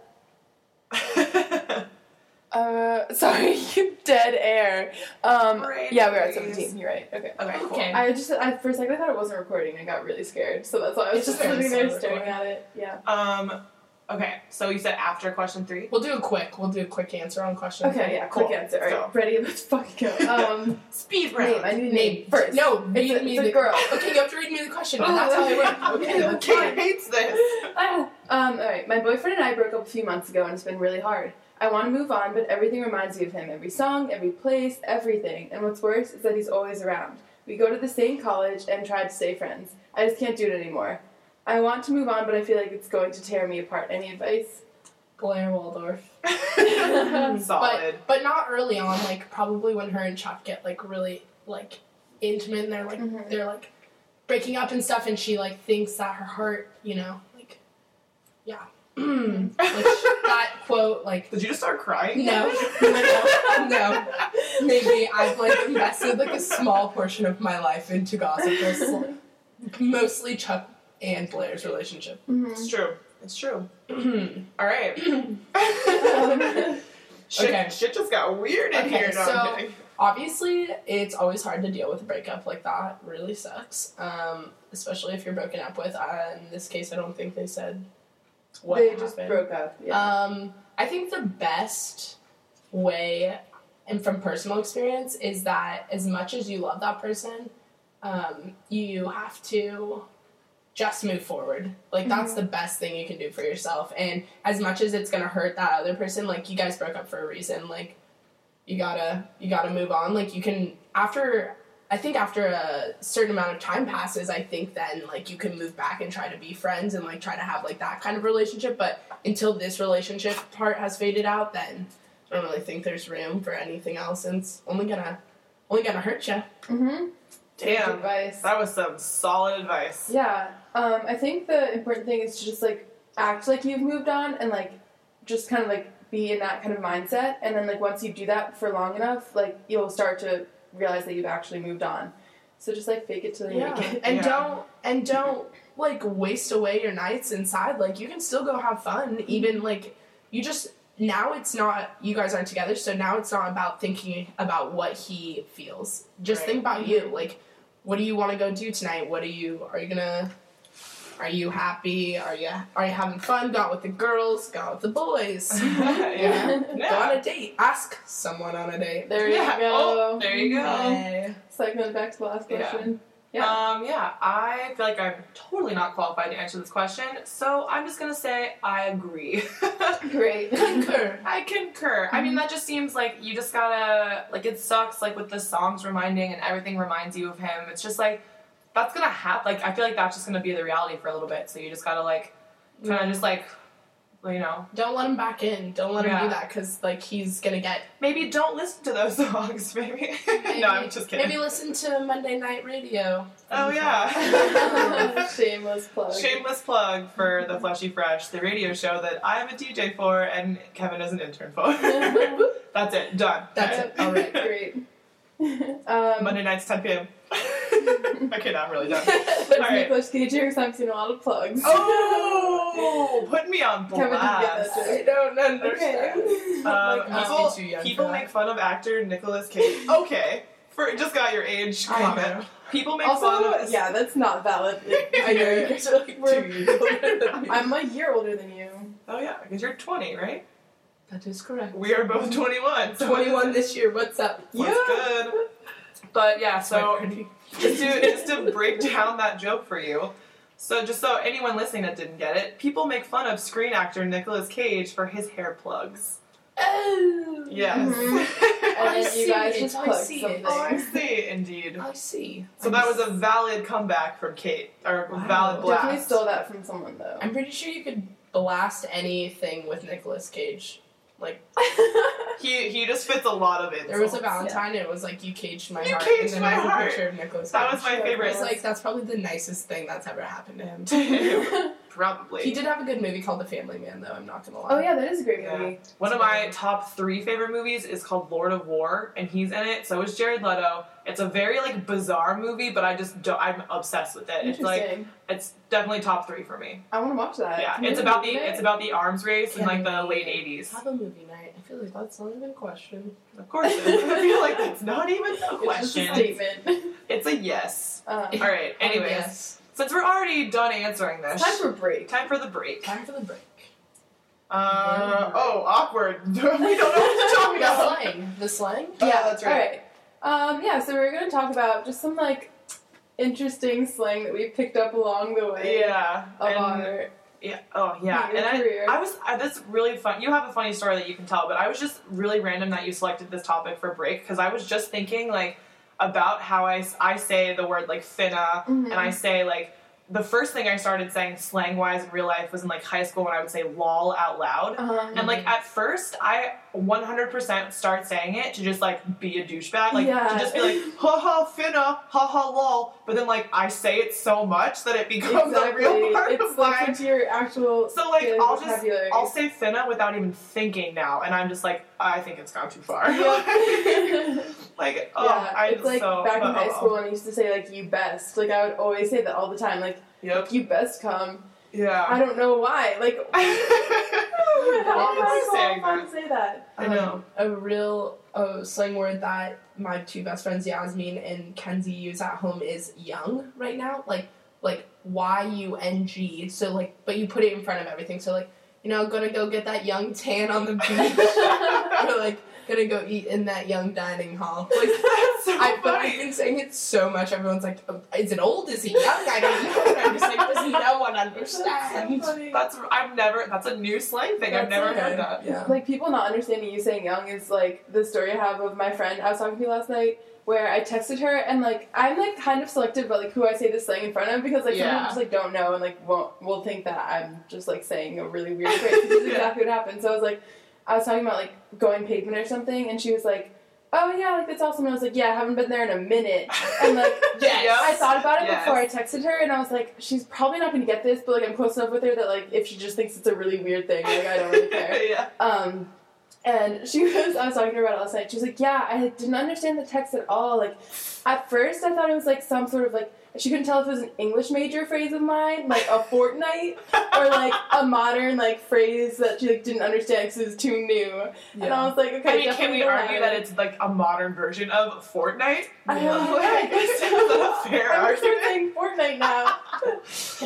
S3: Uh, [LAUGHS] sorry, dead air. Um,
S2: Brain
S3: yeah, we are at
S2: freeze.
S3: seventeen. You're right. Okay.
S2: [LAUGHS] okay. Cool.
S4: Okay.
S3: I just I for a second I thought it wasn't recording. I got really scared, so that's why I was
S4: It's
S3: just
S4: very
S3: sitting there
S4: slow
S3: staring
S4: recording.
S3: at it. Yeah.
S2: Um. Okay. So you said after question three.
S4: We'll do a quick. We'll do a quick answer on question.
S3: Okay. Yeah. Quick
S2: Cool.
S3: answer. All
S2: So-
S3: right. Ready? Let's fucking [LAUGHS] go. Um,
S2: Speed
S3: name. I
S2: round.
S3: need
S4: Name
S3: name first.
S4: No, read
S3: It's a,
S4: me
S3: it's
S4: the
S3: a girl. [LAUGHS] Oh,
S4: Okay, you have to read me the question. and that's how I
S2: yeah. [LAUGHS]
S4: work.
S2: Okay.
S3: Okay,
S2: Okay.
S3: fine.
S2: hates this. [LAUGHS]
S3: Ah, um. All right. My boyfriend and I broke up a few months ago, and it's been really hard. I want to move on, but everything reminds me of him. Every song, every place, everything. And what's worse is that he's always around. We go to the same college and try to stay friends. I just can't do it anymore. I want to move on, but I feel like it's going to tear me apart. Any advice?
S4: Blair Waldorf.
S2: Solid.
S4: [LAUGHS] But not early on, like probably when her and Chuck get like really like intimate and they're like
S3: Mhm.
S4: they're like breaking up and stuff and she like thinks that her heart, you know, like yeah. [CLEARS THROAT] Mm. Like sh- that quote,
S2: [LAUGHS]
S4: like
S2: Did you just start crying?
S4: no,
S2: [LAUGHS]
S4: no, [LAUGHS] no. Maybe I've like invested like a small portion of my life into gossip. This is, like, mostly Chuck and Blair's relationship. [CLEARS THROAT]
S3: Mm-hmm.
S2: It's true. It's true.
S4: okay,
S2: All right. [LAUGHS] shit,
S4: Okay.
S2: shit just got weird in
S4: Okay,
S2: here. No,
S4: so-
S2: I'm kidding.
S4: obviously it's always hard to deal with a breakup like that really sucks um, especially if you're broken up with uh, in this case i don't think they said what
S3: they
S4: happened.
S3: just broke up. Yeah.
S4: um, i think the best way and from personal experience is that as much as you love that person um, you have to just move forward like that's the best thing you can do for yourself and as much as it's gonna hurt that other person like you guys broke up for a reason like you gotta you gotta move on like you can after i think after a certain amount of time passes i think then like you can move back and try to be friends and like try to have like that kind of relationship but until this relationship part has faded out then i don't really think there's room for anything else and it's only gonna only gonna hurt you
S3: Mm-hmm. Good
S2: Damn,
S3: advice.
S2: that was some solid
S3: [LAUGHS]
S2: advice.
S3: Yeah. Um, I think the important thing is to just like act like you've moved on and like just kind of like be in that kind of mindset. And then like once you do that for long enough, like you'll start to realize that you've actually moved on. So just like fake it till you make it.
S4: [LAUGHS] And
S2: Yeah.
S4: don't and don't like waste away your nights inside. Like you can still go have fun. Even like you just now it's not you guys aren't together, so now it's not about thinking about what he feels. Just
S2: Right. Mm-hmm.
S4: think about you. Like what do you want to go do tonight? What are you are you gonna are you happy? Are you are you having fun? Go out with the girls, go out with the boys.
S2: yeah.
S4: Go
S2: [LAUGHS]
S4: on
S2: Yeah.
S4: a date. Ask someone on a date.
S3: There
S2: Yeah.
S3: you go.
S2: Oh, there you go.
S4: Bye.
S3: Segment back to the last
S2: Yeah.
S3: question. Yeah.
S2: Um, yeah, I feel like I'm totally not qualified to answer this question, so I'm just gonna say I agree. [LAUGHS]
S3: Great.
S4: Concur.
S2: I concur. I
S4: Mm-hmm.
S2: mean, that just seems like you just gotta, like, it sucks, like, with the songs reminding and everything reminds you of him. It's just like, that's gonna happen. Like, I feel like that's just gonna be the reality for a little bit, so you just gotta, like, kind of
S4: Mm-hmm.
S2: just, like, you know,
S4: Don't let him back in. Don't let him
S2: Yeah.
S4: do that because like he's gonna get
S2: maybe don't listen to those [LAUGHS] songs, maybe. [LAUGHS]
S4: Maybe-
S2: no, I'm just kidding.
S4: Maybe listen to Monday Night Radio.
S2: oh, yeah.
S4: [LAUGHS]
S3: Shameless plug.
S2: [LAUGHS] Shameless plug for the Fleshy Fresh, the radio show that I'm a DJ for and Kevin is an intern
S4: [LAUGHS]
S2: for. That's it. Done.
S4: That's
S3: Yep.
S4: it. All right.
S3: Great. um,
S2: Monday nights, 10 p.m.
S3: [LAUGHS]
S2: okay, now I'm really done.
S3: That's
S2: All
S3: an
S2: right.
S3: English teacher because I'm seeing a lot of plugs.
S2: Oh, put me on
S3: Kevin didn't get that
S2: blast.
S3: joke. I
S4: don't
S3: okay.
S2: Um,
S3: Like,
S4: must
S2: people
S4: be too young for
S2: people
S4: that.
S2: make fun of actor Nicolas Cage. [LAUGHS] Okay, for just got your age
S4: I
S2: comment.
S4: know.
S2: People make fun
S3: Also,
S2: of [LAUGHS]
S3: yeah, that's not valid. [LAUGHS]
S4: I know. You guys are like
S3: We're-
S4: two years older than me.
S3: I'm a year older than you.
S2: Oh yeah, because you're 20, right?
S4: That is correct.
S2: We are
S3: Mm-hmm.
S2: both 21. so-
S4: 21 this year. What's up?
S2: What's good? But yeah, so
S4: Sorry.
S2: [LAUGHS] just to just to break down that joke for you. So just so anyone listening that didn't get it, people make fun of screen actor Nicolas Cage for his hair plugs.
S4: Oh.
S2: Yes. [LAUGHS] Oh,
S4: I
S3: And Mm-hmm.
S4: see
S3: you Um, guys
S4: it,
S3: just
S4: I
S3: plugged
S4: see
S3: something.
S4: it.
S2: I see, indeed.
S4: I see.
S2: So that was a valid comeback from Kate, or
S4: Wow.
S2: valid blast.
S3: Definitely stole that from someone though.
S4: I'm pretty sure you could blast anything with Nicolas Cage.
S2: He he just fits a lot of insults.
S4: There was a Valentine, and it was like you caged my
S2: You
S4: heart,
S2: caged
S4: and then
S2: my
S4: I was
S2: heart.
S4: a picture of Nicolas Cage.
S2: that was my
S4: I
S2: favorite.
S4: was like, that's probably the nicest thing that's ever happened to him.
S2: [LAUGHS] Probably.
S4: He did have a good movie called The Family Man, though. I'm not gonna lie.
S3: [LAUGHS] oh yeah, that is a great
S2: Yeah.
S3: movie.
S2: One of my top three favorite movies is called Lord of War, and he's in it. So is Jared Leto. It's a very like bizarre movie, but I just don't, I'm obsessed with it. It's like
S3: Interesting.
S2: it's definitely top three for me.
S3: I want to watch that.
S2: Yeah,
S3: Can
S2: it's
S3: you
S2: about the
S3: read it?
S2: it's about the arms race in like the late '80s.
S4: Have a movie night. I feel like that's not even a question.
S2: Of course, it is. [LAUGHS] I feel like that's not even a
S3: It's just a
S2: question.
S3: statement. [LAUGHS]
S2: It's a yes.
S3: Um,
S2: All right. Anyways,
S4: Oh, yes.
S2: since we're already done answering this,
S3: it's time for a break.
S2: time for the break.
S4: Time for the break.
S2: Uh, oh, awkward. [LAUGHS] we don't know what to
S4: [LAUGHS]
S2: talk
S4: The
S2: about.
S4: slang. The slang.
S2: Oh,
S3: yeah,
S2: that's right.
S3: All right. Uh, Um, yeah, so we're gonna talk about just some like interesting slang that we picked up along the way
S2: Yeah.
S3: of
S2: and-
S3: our
S2: Yeah. Oh, yeah.
S3: Your
S2: And
S3: career.
S2: I, I was. I, that's really fun. You have a funny story that you can tell, but I was just really random that you selected this topic for break because I was just thinking like about how I, s- I say the word like finna
S3: Mm-hmm.
S2: and I say like the first thing I started saying slang wise in real life was in like high school when I would say lol out loud.
S3: Uh-huh.
S2: And like at first, I 100% start saying it to just like be a douchebag, like
S3: Yeah.
S2: to just be like ha ha finna, ha ha lol. But then like I say it so much [LAUGHS] that it becomes
S3: exactly.
S2: a real part
S3: it's
S2: of my.
S3: like into your actual
S2: So like
S3: daily
S2: I'll just
S3: vocabulary.
S2: I'll say finna without even thinking now, and I'm just like I think it's gone too far.
S3: [LAUGHS] yeah.
S2: [LAUGHS] like oh,
S3: yeah,
S2: I
S3: it's like
S2: so
S3: back in
S2: oh,
S3: high
S2: oh,
S3: school, and I used to say like "you best." Like I would always say that all the time. Like
S2: Yep.
S3: "you best come."
S2: [LAUGHS]
S3: I Oh
S2: Yeah.
S3: don't know why. Like [LAUGHS] how am I
S2: Always saying
S3: qualified to say that?
S2: I [LAUGHS] know.
S4: A real uh, slang word that my two best friends Yasmin and Kenzie use at home is young right now. Like like Y U N G. So like, but you put it in front of everything. So like, you know, gonna go get that young tan on the
S2: [LAUGHS]
S4: beach.
S3: [LAUGHS]
S4: or like, gonna go eat in that young dining hall. Like.
S3: [LAUGHS]
S2: That's so
S4: I, but I've
S2: funny.
S4: been saying it so much. Everyone's like, "Oh, "Is it old? Is it young?" I don't know. And I'm just like, "Does no
S2: [LAUGHS]
S4: one understand?"
S2: That's I've never. That's a new slang thing. I've
S3: That's
S2: never
S3: okay.
S2: heard that. [LAUGHS]
S4: Yeah.
S3: Like people not understanding you saying young is like the story I have of my friend I was talking to last night where I texted her and like I'm like kind of selective about like who I say this slang in front of because like some
S2: Yeah.
S3: people just like don't know and like won't will think that I'm just like saying a really weird phrase. This is
S2: [LAUGHS] Yeah.
S3: exactly what happened. So I was like I was talking about like going pavement or something and she was like oh yeah, like that's awesome. And I was like, yeah, I haven't been there in a minute. And like,
S2: [LAUGHS]
S4: Yes.
S2: Yep.
S3: I thought about it
S2: Yes.
S3: before I texted her, and I was like, she's probably not gonna get this, but like I'm close enough with her that like if she just thinks it's a really weird thing, like I don't really
S2: [LAUGHS]
S3: care.
S2: yeah.
S3: Um, and she [LAUGHS] was, I was talking to her about it last night. She was like, yeah, I didn't understand the text at all. Like, at first I thought it was like some sort of like, she couldn't tell if it was an English major phrase of mine, like a fortnight, or like a modern like phrase that she like didn't understand because it was too new. And I was like, okay,
S2: I mean, can
S3: definitely
S2: we
S3: don't
S2: argue
S3: have
S2: that
S3: it.
S2: it's like a modern version of
S3: [LAUGHS]
S2: Fortnite?
S3: I know,
S4: Yeah.
S2: [LAUGHS]
S3: [LAUGHS]
S2: Like, is that a fair
S3: I'm gonna start
S2: argument?
S3: saying Fortnite now.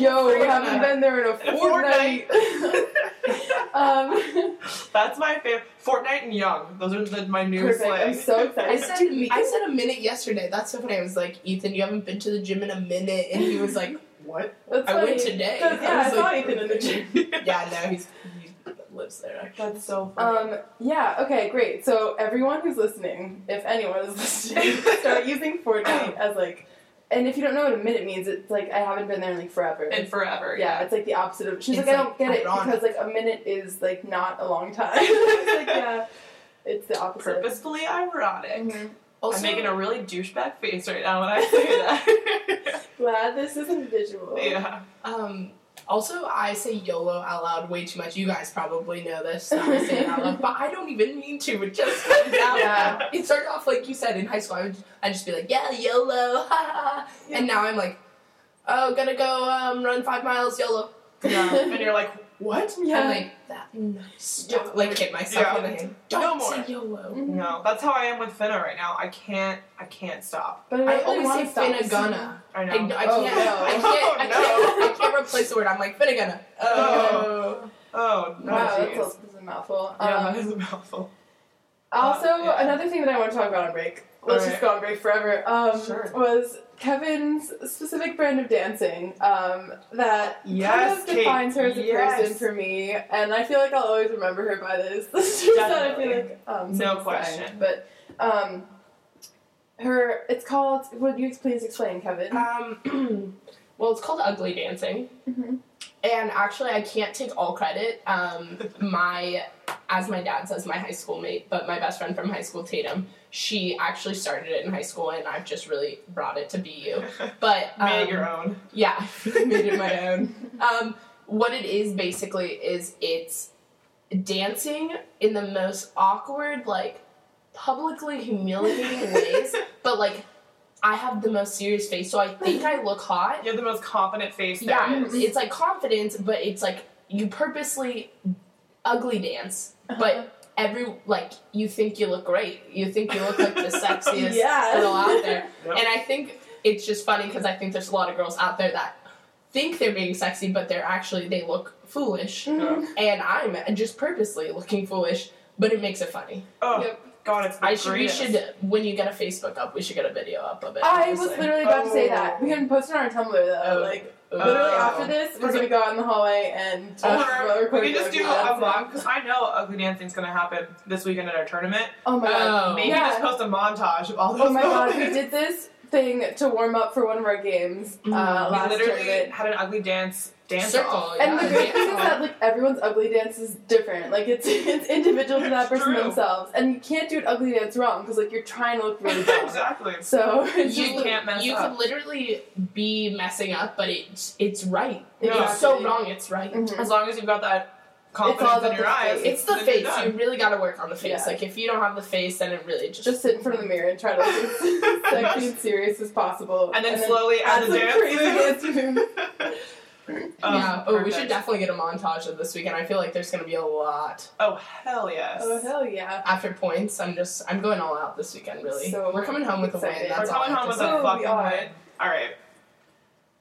S2: [LAUGHS]
S3: Yo, we haven't been there in a
S2: In a fortnight.
S3: fortnight. [LAUGHS] um,
S2: That's my favorite. Fortnite and Young. Those are the, my new
S3: perfect. I'm
S2: slang.
S3: so
S4: I
S3: excited.
S4: said,
S3: Dude, we
S4: I
S3: can-
S4: said a minute yesterday. That's so funny. I was like, Ethan, you haven't been to the gym in a minute. And he was like, What?
S3: [LAUGHS] That's
S4: I went
S3: funny.
S4: today.
S3: That's- [LAUGHS]
S4: I
S3: yeah, I
S4: was
S3: saw
S4: like,
S3: Ethan in the gym.
S4: [LAUGHS] Yeah, no, he's, he lives there. actually.
S2: That's so funny.
S3: Um, yeah, okay, great. So everyone who's listening, if anyone is [LAUGHS] listening, start using Fortnite as like and if you don't know what a minute means, it's like I haven't been there in like forever.
S2: and forever.
S3: yeah, it's like the opposite of she's
S4: It's,
S3: like, I
S4: like,
S3: don't get it
S4: ironic.
S3: because like a minute is like not a long time. [LAUGHS] it's like yeah. It's the opposite.
S2: Purposefully ironic.
S3: Mhm.
S4: Also,
S2: I'm making a really douchebag face right now when I say that. [LAUGHS]
S3: [LAUGHS] Glad this isn't visual. [LAUGHS]
S2: yeah.
S4: um, also, I say YOLO out loud way too much. You guys probably know this. that I say it out loud, but I don't even mean to. It just [LAUGHS] comes out.
S3: Yeah.
S4: It started off like you said in high school. I would, I'd just be like, yeah, YOLO, ha ha. ha." And now I'm like, oh, gonna go um, run five miles, YOLO.
S2: Yeah. And you're like, what?
S3: Yeah.
S4: I'm like, that nice.
S2: Yeah.
S4: Like, hit myself
S2: Yeah.
S4: in the hand.
S2: No
S4: Don't
S2: more.
S4: say YOLO.
S3: Mhm.
S2: No, that's how I am with Finna right now. I can't. I can't stop.
S3: But
S4: I
S3: really
S4: always
S3: wanna
S4: say
S3: stop.
S4: Finagana.
S2: I know.
S4: I, I, can't,
S3: Oh,
S4: I,
S2: no.
S4: can't, I, can't,
S2: Oh,
S4: I can't replace the word. I'm like, Finagana.
S2: Oh. Oh no,
S3: Wow, that's a,
S2: jeez.
S3: that's a mouthful.
S2: Yeah, that
S3: Um,
S2: is a mouthful.
S3: Also,
S2: Uh, yeah.
S3: another thing that I want to talk about on break, let's just
S2: Alright.
S3: go on break forever, um,
S2: Sure.
S3: was Kevin's specific brand of dancing um, that
S2: Yes,
S3: kind of
S2: Kate.
S3: defines her as a
S2: Yes.
S3: person for me, and I feel like I'll always remember her by this. [LAUGHS] This is that I feel
S2: Definitely.
S3: like um,
S2: No
S3: someone's dying.
S2: question.
S3: But um, her, it's called. Would you please explain, Kevin?
S4: Um, [CLEARS THROAT] well, it's called Ugly Dancing.
S3: Mhm.
S4: And actually, I can't take all credit. Um, my, as my dad says, my high school mate, but my best friend from high school, Tatum, she actually started it in high school, and I've just really brought it to BU.
S2: [LAUGHS]
S4: But um,
S2: Made it your own.
S4: [LAUGHS] Yeah, I made it my own. Um, what it is basically is it's dancing in the most awkward, like publicly [LAUGHS] humiliating ways, but like I have the most serious face, so I think I look hot.
S2: You have the most confident face there.
S4: [LAUGHS] Yeah,
S3: Yes.
S4: it's like confidence, but it's like you purposely ugly dance,
S3: [LAUGHS]
S4: but every like you think you look great. You think you look [LAUGHS] like the sexiest
S3: Yeah.
S4: girl out there.
S2: Yep.
S4: And I think it's just funny because I think there's a lot of girls out there that think they're being sexy, but they're actually they look
S3: [LAUGHS]
S4: foolish.
S3: Mhm.
S4: And I'm just purposely looking foolish, but it makes it funny.
S2: oh
S3: Yep.
S2: God, it's the
S4: I should we
S2: greatest.
S4: should when you get a Facebook up, we should get a video up of it.
S3: I was
S4: honestly.
S3: literally about to say that.
S2: Oh.
S3: We can post it on our Tumblr though.
S4: Oh.
S3: Like
S4: Oh.
S3: literally
S2: Oh.
S3: after this, we're gonna go out in the hallway and [LAUGHS]
S2: Or we
S3: record
S2: can just do a vlog because I know ugly dancing's gonna happen this weekend at our tournament.
S3: Oh my god.
S4: Oh.
S2: Maybe
S3: Yeah.
S2: just post a montage of all those.
S3: Oh my god, we
S2: moments.
S3: did this thing to warm up for one of our games uh,
S4: Mhm.
S2: We
S3: last
S2: literally
S3: tournament.
S2: had an ugly dance dance
S4: Circle,
S2: off.
S4: yeah.
S3: And the great thing is that like everyone's ugly dance is different. Like it's [LAUGHS] it's individual to that
S2: It's
S3: person
S2: true.
S3: themselves, and you can't do an ugly dance wrong because like you're trying to look [LAUGHS]
S2: [LAUGHS]
S3: really dumb.
S2: exactly.
S3: so [LAUGHS] it's
S4: you
S3: just,
S2: can't mess
S4: you
S2: up.
S4: could literally be messing up, but it's it's right.
S2: No.
S4: It's so wrong, it's right.
S3: Mhm.
S2: As long as you've got that confidence
S3: all about
S2: in your
S3: the
S2: eyes,
S3: face.
S4: It's the
S2: then you're
S4: face.
S2: done.
S4: You really got to work on the face.
S3: Yeah.
S4: Like if you don't have the face, then it really just
S3: Just sit in front of the mirror and try to look as [LAUGHS] sexy and serious as possible,
S2: and then slowly add
S3: add
S2: the
S3: some crazy
S2: dance. [LAUGHS]
S3: dance moves.
S2: Um,
S4: yeah, oh, we should
S2: perfect.
S4: definitely get a montage of this weekend. I feel like there's gonna be a lot
S2: Oh hell yes.
S3: Oh hell yeah!
S4: after points. I'm just I'm going all out this weekend. Really,
S3: So
S4: we're coming home with a win.
S3: excited.
S4: That's
S2: We're
S4: all. I
S2: coming
S4: have
S2: home
S4: to
S2: with
S4: say.
S2: a
S3: Oh, we
S2: fucking
S3: are.
S2: win. All right.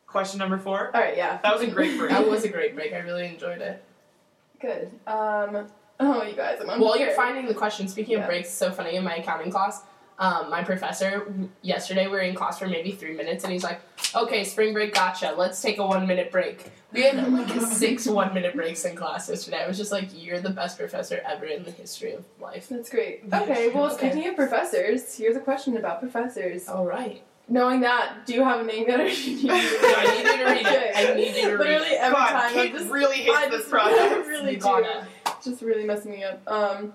S2: Question number four.
S3: All right, yeah.
S2: That was a great break.
S4: That was a great break. I really enjoyed it.
S3: Good. Um. Oh, you guys. I'm unprepared.
S4: While you're finding the question, speaking
S3: Yeah.
S4: of breaks, it's so funny in my accounting class. Um, my professor yesterday we were in class for maybe three minutes and he's like, "Okay, spring break, gotcha. Let's take a one minute break." We had like six one minute breaks in class yesterday. I was just like, "You're the best professor ever in the history of life."
S3: That's great.
S2: Yeah.
S3: Okay. Well,
S4: Okay.
S3: speaking of professors, here's a question about professors.
S4: All right.
S3: Knowing that, do you have a name yet, or
S2: [LAUGHS]
S3: do you?
S2: I
S4: need you to read it. I need you to read
S3: Literally
S4: it.
S3: every
S2: God,
S3: time.
S2: Kate
S3: I'm just,
S2: really hates
S3: I
S2: this
S3: just
S2: project.
S3: [LAUGHS] really
S4: You
S3: do.
S4: gotta-
S3: It's Just really messing me up. Um.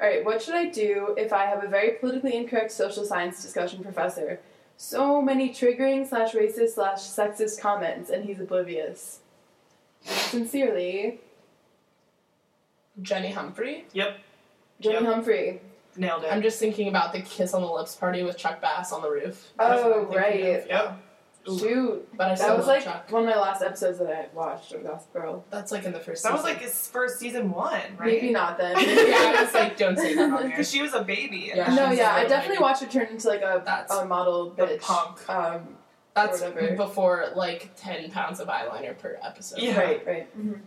S3: All right, what should I do if I have a very politically incorrect social science discussion professor? So many triggering slash racist slash sexist comments, and he's oblivious. Sincerely,
S4: Jenny Humphrey.
S3: Jenny
S2: Yep.
S3: Humphrey.
S2: Nailed
S4: I'm
S2: it.
S4: just thinking about the kiss on the lips party with Chuck Bass on the roof. That's what
S3: Oh
S4: I'm thinking
S3: right,
S4: of.
S2: Yep. Ooh.
S3: shoot,
S4: But I still
S3: that was
S4: love
S3: like
S4: Chuck.
S3: one of my last episodes that I watched of Gossip Girl.
S4: That's like in the first.
S2: That was
S4: season.
S2: like his first season one, right?
S3: Maybe not then.
S4: [LAUGHS] yeah, I was like, don't say
S2: [LAUGHS]
S4: that on here.
S2: Because she was a baby.
S4: Yeah.
S3: no,
S4: she's
S3: yeah,
S4: a
S3: I
S4: little
S3: definitely
S4: lady.
S3: watched her turn into like a,
S4: That's
S3: a model
S2: The
S3: bitch.
S2: punk.
S3: Um,
S4: That's
S3: whatever.
S4: before like ten pounds of eyeliner per episode.
S2: Yeah.
S3: Right, right. Mhm.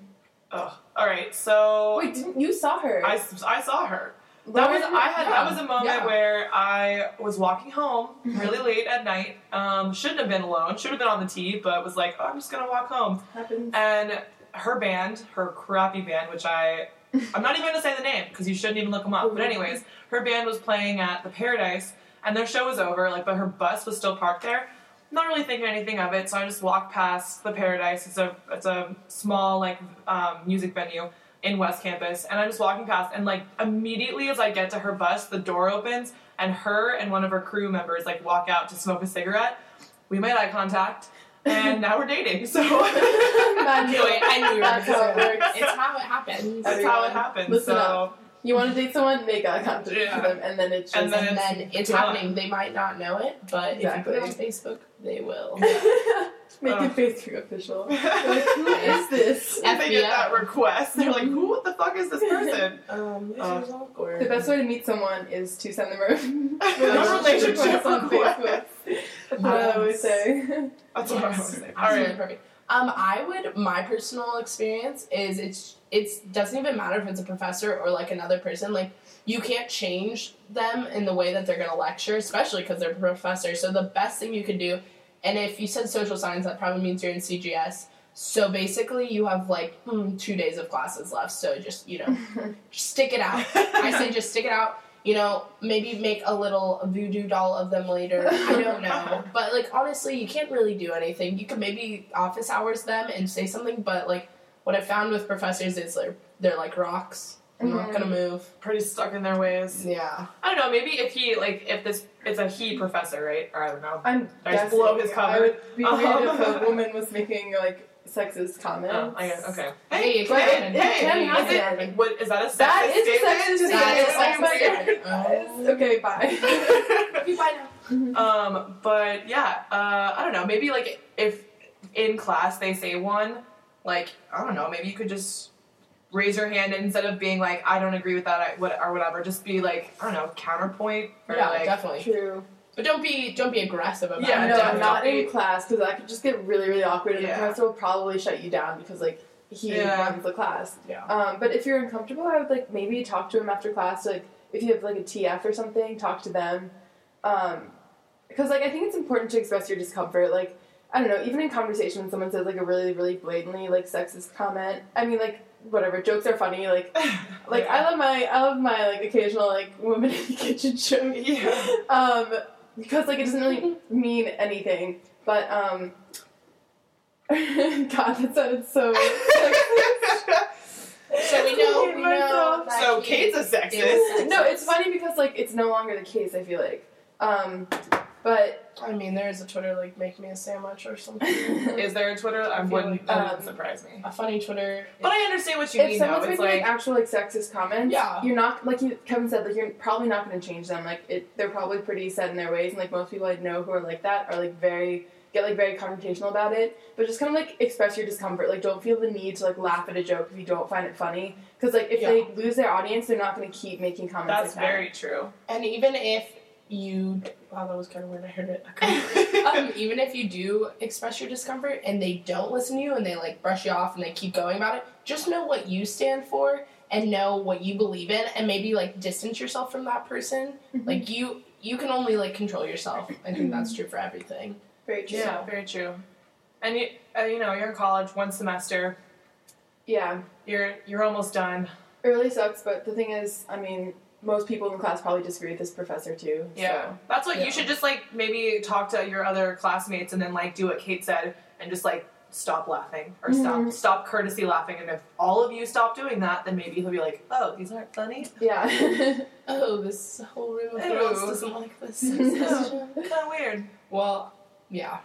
S2: Ugh. All right. So
S3: Wait, didn't you saw her?
S2: I, I saw her. That was I had that was a moment
S4: Yeah. Mm-hmm.
S2: where I was walking home really late at night. Um, shouldn't have been alone. Should have been on the T, but was like, oh, I'm just gonna walk home. [LAUGHS]
S3: happens.
S2: And her band, her crappy band, which I I'm not even gonna say the name because you shouldn't even look them up. But anyways, her band was playing at the Paradise, and their show was over. Like, but her bus was still parked there. Not really thinking anything of it, so I just walked past the Paradise. It's a it's a small like um, music venue in West Campus, and I'm just walking past, and like immediately as I get to her bus, the door opens, and her and one of her crew members like walk out to smoke a cigarette. We made eye contact, and now we're dating. So. [LAUGHS]
S4: I knew it. I knew it.
S3: That's how it works.
S4: It's how it happens.
S2: That's
S3: Everyone,
S2: how it happens. so
S3: listen up. [LAUGHS] You want to date someone, make eye contact
S2: Yeah.
S3: with them, and then it's just.
S2: And then-
S4: And then it's
S2: Yeah.
S4: happening. They might not know it, but if you
S3: Exactly.
S4: put it on Facebook, they will.
S3: [LAUGHS] make
S2: Ugh.
S3: it Facebook
S2: [LAUGHS]
S3: official. Like, who
S2: if
S3: is this?
S2: they get that request, they're like, "Who? What the fuck is this [LAUGHS] person?"
S4: Um, this
S2: Uh,
S4: is awkward.
S3: The best way to meet someone is to send them
S2: [LAUGHS]
S3: a [LAUGHS]
S2: No relationship [LAUGHS]
S3: request on Facebook.
S2: request.
S3: That's what I always say. [LAUGHS]
S2: That's what I was saying. All
S4: Absolutely
S2: right.
S4: perfect. Um, I would. My personal experience is it's it's doesn't even matter if it's a professor or like another person. Like you can't change them in the way that they're going to lecture, especially because they're a professor. So the best thing you could do, and if you said social science, that probably means you're in CGS. So basically, you have like hmm, two days of classes left. So just
S2: [LAUGHS]
S4: you know, just stick it out. I say just stick it out. You know, maybe make a little voodoo doll of them later. I
S2: [LAUGHS]
S4: don't know. But like honestly, you can't really do anything. You could maybe office hours them and say something, but like what I found with professors is they're they're like rocks. They're not
S3: Mhm.
S4: gonna
S2: Mm-hmm.
S4: move.
S2: Pretty stuck in their ways. [LAUGHS]
S4: Yeah.
S2: I don't know. Maybe if he like if this it's a he professor, right? Or I don't know.
S3: I'm
S2: I just
S3: guessing
S2: blow his cover.
S3: I would be
S2: [LAUGHS] Um,
S3: weird if a woman was making like sexist comments.
S2: Oh, I guess. Okay.
S4: Hey, it
S3: but
S4: can
S3: it- it can
S4: happen.
S2: is
S3: happen.
S2: it? What is that a sexist
S3: That is
S2: statement?
S3: sexist
S2: to say
S3: statement.
S2: it's
S3: That
S2: like-
S3: is sexist.
S4: Oh.
S3: Okay, bye.
S2: [LAUGHS]
S4: You find out.
S2: Um, but yeah, uh, I don't know. Maybe like if in class they say one, like I don't know. Maybe you could just raise your hand and instead of being like I don't agree with that, I, what or whatever. Just be like I don't know counterpoint or
S4: Yeah,
S2: like
S4: definitely.
S3: True.
S4: But don't be don't be aggressive about
S2: Yeah,
S4: it.
S3: no,
S2: definitely.
S3: not in class because that could just get really, really awkward, and
S2: Yeah.
S3: the professor will probably shut you down because like he
S2: Yeah.
S3: runs the class.
S4: Yeah.
S3: Um, but if you're uncomfortable, I would like maybe talk to him after class. Like if you have like a TF or something, talk to them. Um, because like I think it's important to express your discomfort. Like I don't know, even in conversation, when someone says like a really, really blatantly like sexist comment, I mean like whatever jokes are funny.
S4: [LAUGHS]
S3: Like like I love my I love my like occasional like woman in the kitchen joke.
S2: yeah.
S3: Um, because like it doesn't really mean anything, but um. [LAUGHS] God, that sounded
S4: [LAUGHS]
S3: so.
S4: [LAUGHS] So we know, we
S3: Myself.
S4: know
S2: [LAUGHS]
S4: that
S2: so
S4: he-
S2: Kate's a
S4: he
S2: sexist.
S4: was sexist.
S3: no, it's funny because like it's no longer the case. I feel like, um, but
S4: I mean, there is a Twitter like make me a sandwich or something.
S2: [LAUGHS] Is there a Twitter? I
S4: feel
S2: wouldn't.
S4: like
S2: That
S4: um,
S3: that-
S2: wouldn't surprise me.
S4: a funny Twitter.
S2: But I understand what you
S3: if
S2: mean.
S3: someone's
S2: though. It's
S3: making like,
S2: like
S3: actual like sexist comments,
S4: Yeah.
S3: you're not like you Kevin said like you're probably not going to change them. Like it, they're probably pretty set in their ways, and like most people I know who are like that are like very get like very confrontational about it. But just kind of like express your discomfort. Like don't feel the need to like laugh at a joke if you don't find it funny. Because like if
S4: Yeah.
S3: they lose their audience, they're not going to keep making comments.
S2: that's
S3: like that.
S2: very
S4: [LAUGHS]
S2: true. [LAUGHS]
S4: and even if you, wow, that was kind of weird. I heard it. I
S2: [LAUGHS]
S4: couldn't- um, even if you do express your discomfort and they don't listen to you and they like brush you off and they keep going about it, just know what you stand for and know what you believe in and maybe like distance yourself from that person. Like you, you can only like control yourself. I think that's true for everything.
S3: very true.
S2: yeah, very true. And you, uh, you know, you're in college one semester.
S3: yeah.
S2: You're you're almost done.
S3: It really sucks, but the thing is, I mean, most people in class probably disagree with this professor too.
S2: Yeah, that's what
S4: Yeah.
S2: you should just like maybe talk to your other classmates and then like do what Kate said and just like stop laughing or stop
S4: Mm-hmm.
S3: Mhm.
S2: stop courtesy laughing. And if all of you stop doing that, then maybe he'll be like, oh, these aren't
S4: [LAUGHS]
S2: funny.
S3: Yeah.
S4: Oh, this whole room of
S2: Ew.
S4: girls doesn't like this.
S2: Kind of weird. [LAUGHS]
S4: well, yeah.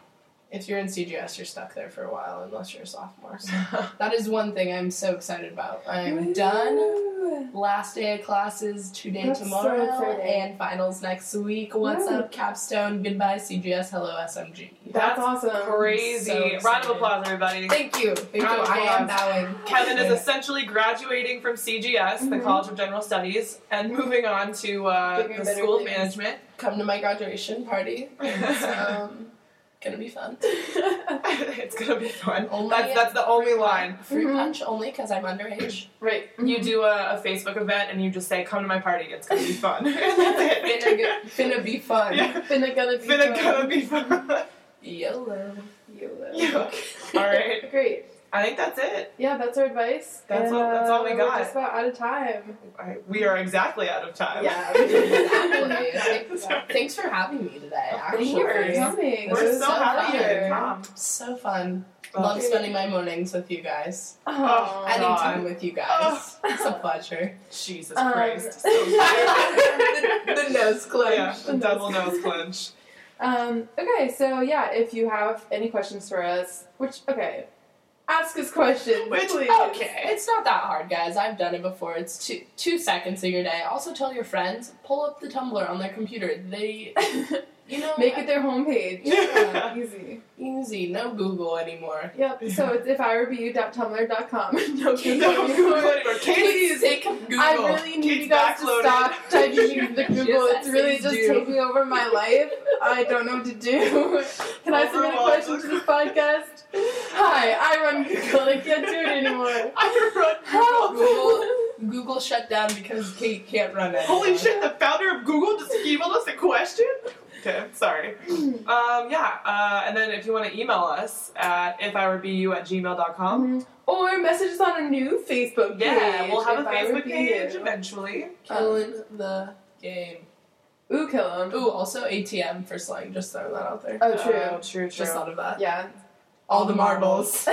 S4: If you're in CGS, you're stuck there for a while unless you're a sophomore. So that is one thing I'm so excited about. I'm done. Last day of classes, two day
S3: That's so
S4: tomorrow,
S3: exciting.
S4: and finals next week. What's
S3: Woo.
S4: up, Capstone? Goodbye, CGS. Hello, SMG.
S3: That's
S2: That's
S3: awesome.
S2: Crazy.
S4: so
S2: Round
S4: excited.
S2: of applause, everybody.
S4: Thank you. Thank you.
S2: Round of
S4: I am bowing.
S2: Kevin is essentially graduating from CGS, the
S4: Mm-hmm.
S3: Mhm.
S2: College of General Studies, and moving on to uh,
S3: Bigger
S2: the
S3: and better
S2: School of
S3: things.
S4: [LAUGHS]
S2: Management.
S4: come to my graduation party. It's um, [LAUGHS] gonna be fun.
S2: [LAUGHS] it's gonna be fun.
S4: Only
S2: That's that's the only line.
S4: Free
S3: Mhm.
S4: punch only because
S2: [LAUGHS]
S4: I'm underage.
S3: [LAUGHS]
S2: Right.
S4: Mm-hmm.
S2: You do a, a Facebook event and you just say, "Come to my party. It's gonna
S4: [LAUGHS]
S2: be fun." [LAUGHS] And that's
S4: finna,
S2: it.
S4: go- finna be
S2: [LAUGHS]
S4: fun.
S2: Yeah.
S3: Finna gonna be
S2: It's gonna, gonna be [LAUGHS] fun.
S4: YOLO.
S3: YOLO.
S2: Yeah. All right.
S3: Great.
S2: I think that's it.
S3: Yeah, that's our advice.
S2: That's
S3: and,
S2: all- that's all we
S3: uh,
S2: got.
S3: We're just about out of time.
S2: I, we are exactly out of time. [LAUGHS]
S3: Yeah.
S4: Exactly.
S2: Sorry.
S4: [LAUGHS] Thanks for having me today.
S2: Thank
S4: Actually,
S2: you for
S3: Thank you for coming.
S4: This
S2: We're
S4: was
S2: so
S4: so
S2: happy you
S4: fun.
S2: could come.
S4: so fun. Love spending my mornings with you guys.
S2: Oh,
S4: Any
S2: God.
S4: time with you guys.
S2: Oh.
S4: It's a pleasure.
S2: Jesus
S3: Um,
S4: [LAUGHS]
S2: Christ.
S4: the, the
S2: [LAUGHS]
S4: nose clench.
S2: yeah, the double nose clench.
S3: Um, okay, so yeah, if you have any questions for us, which okay, ask us questions,
S2: Which-
S3: please.
S2: okay.
S4: It's not that hard, guys. I've done it before. It's two two seconds of your day. Also, tell your friends. Pull up the Tumblr on their computer. [LAUGHS] They, you know,
S3: Make it their
S2: [LAUGHS]
S3: homepage.
S2: Yeah.
S3: Easy.
S4: easy. No Google [LAUGHS] anymore.
S3: Yep. So it's if I were you dot tumblr.com. [LAUGHS] no,
S2: [LAUGHS] No, Google anymore. Katie
S4: Please
S2: is
S4: take Google.
S3: I really need
S2: Kate's
S3: you guys to
S2: backloaded.
S3: stop typing
S2: [LAUGHS]
S3: into Google.
S4: Yes,
S3: It's really
S4: please
S3: just
S4: do.
S3: taking over my life. I don't know what to do. [LAUGHS] Can I submit a
S2: Overwhelmed.
S3: question to this podcast? Hi, I run Google. I can't do it anymore.
S2: [LAUGHS] I run
S3: Help!
S4: Google, Google shut down because Kate can't run it.
S2: Holy shit, the founder of Google just emailed us a question? Okay, sorry. Um, yeah, uh, and then if you want to email us at ifiwerebeu at gmail.com.
S3: Mhm. Or message us on our new Facebook page.
S2: Yeah, we'll have
S3: Mm-hmm. if
S2: a
S3: I would
S2: Facebook
S3: be
S2: page
S3: you.
S2: eventually.
S4: Killing the game.
S3: Ooh, kill him.
S4: Ooh, also ATM for slang. Just throwing that out there.
S3: Oh, true.
S2: true, true.
S4: Just thought of that.
S3: Uh, yeah.
S4: All the marbles.
S3: [LAUGHS]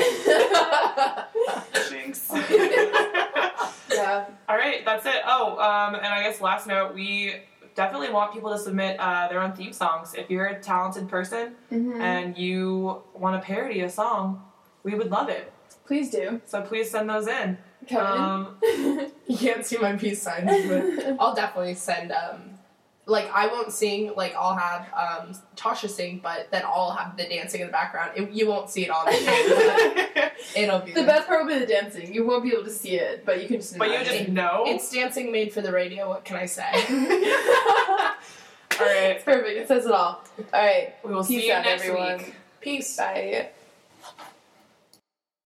S2: Jinx.
S3: yeah.
S2: [LAUGHS] All right, that's it. Oh, um, and I guess last note, we definitely want people to submit uh, their own theme songs. If you're a talented person
S3: Mhm.
S2: and you want to parody a song, we would love it.
S3: Please do.
S2: So please send those in.
S3: Kevin.
S2: Um,
S4: [LAUGHS] you can't see my peace signs, but
S3: Um, [LAUGHS]
S4: I'll definitely send um like I won't sing, like I'll have um Tasha sing, but then I'll have the dancing in the background. It, you won't see it on
S2: Um,
S3: [LAUGHS]
S4: it. It'll be
S3: the best part will be the dancing. You won't be able to see it, but you can just
S2: but you
S3: imagine.
S2: just know.
S4: It's dancing made for the radio, what can I say?
S2: All right.
S3: [LAUGHS] It's perfect. It says it all. All right.
S2: We will
S3: Peace
S2: see you
S3: out,
S2: next
S3: everyone.
S2: week.
S4: Peace.
S3: Bye.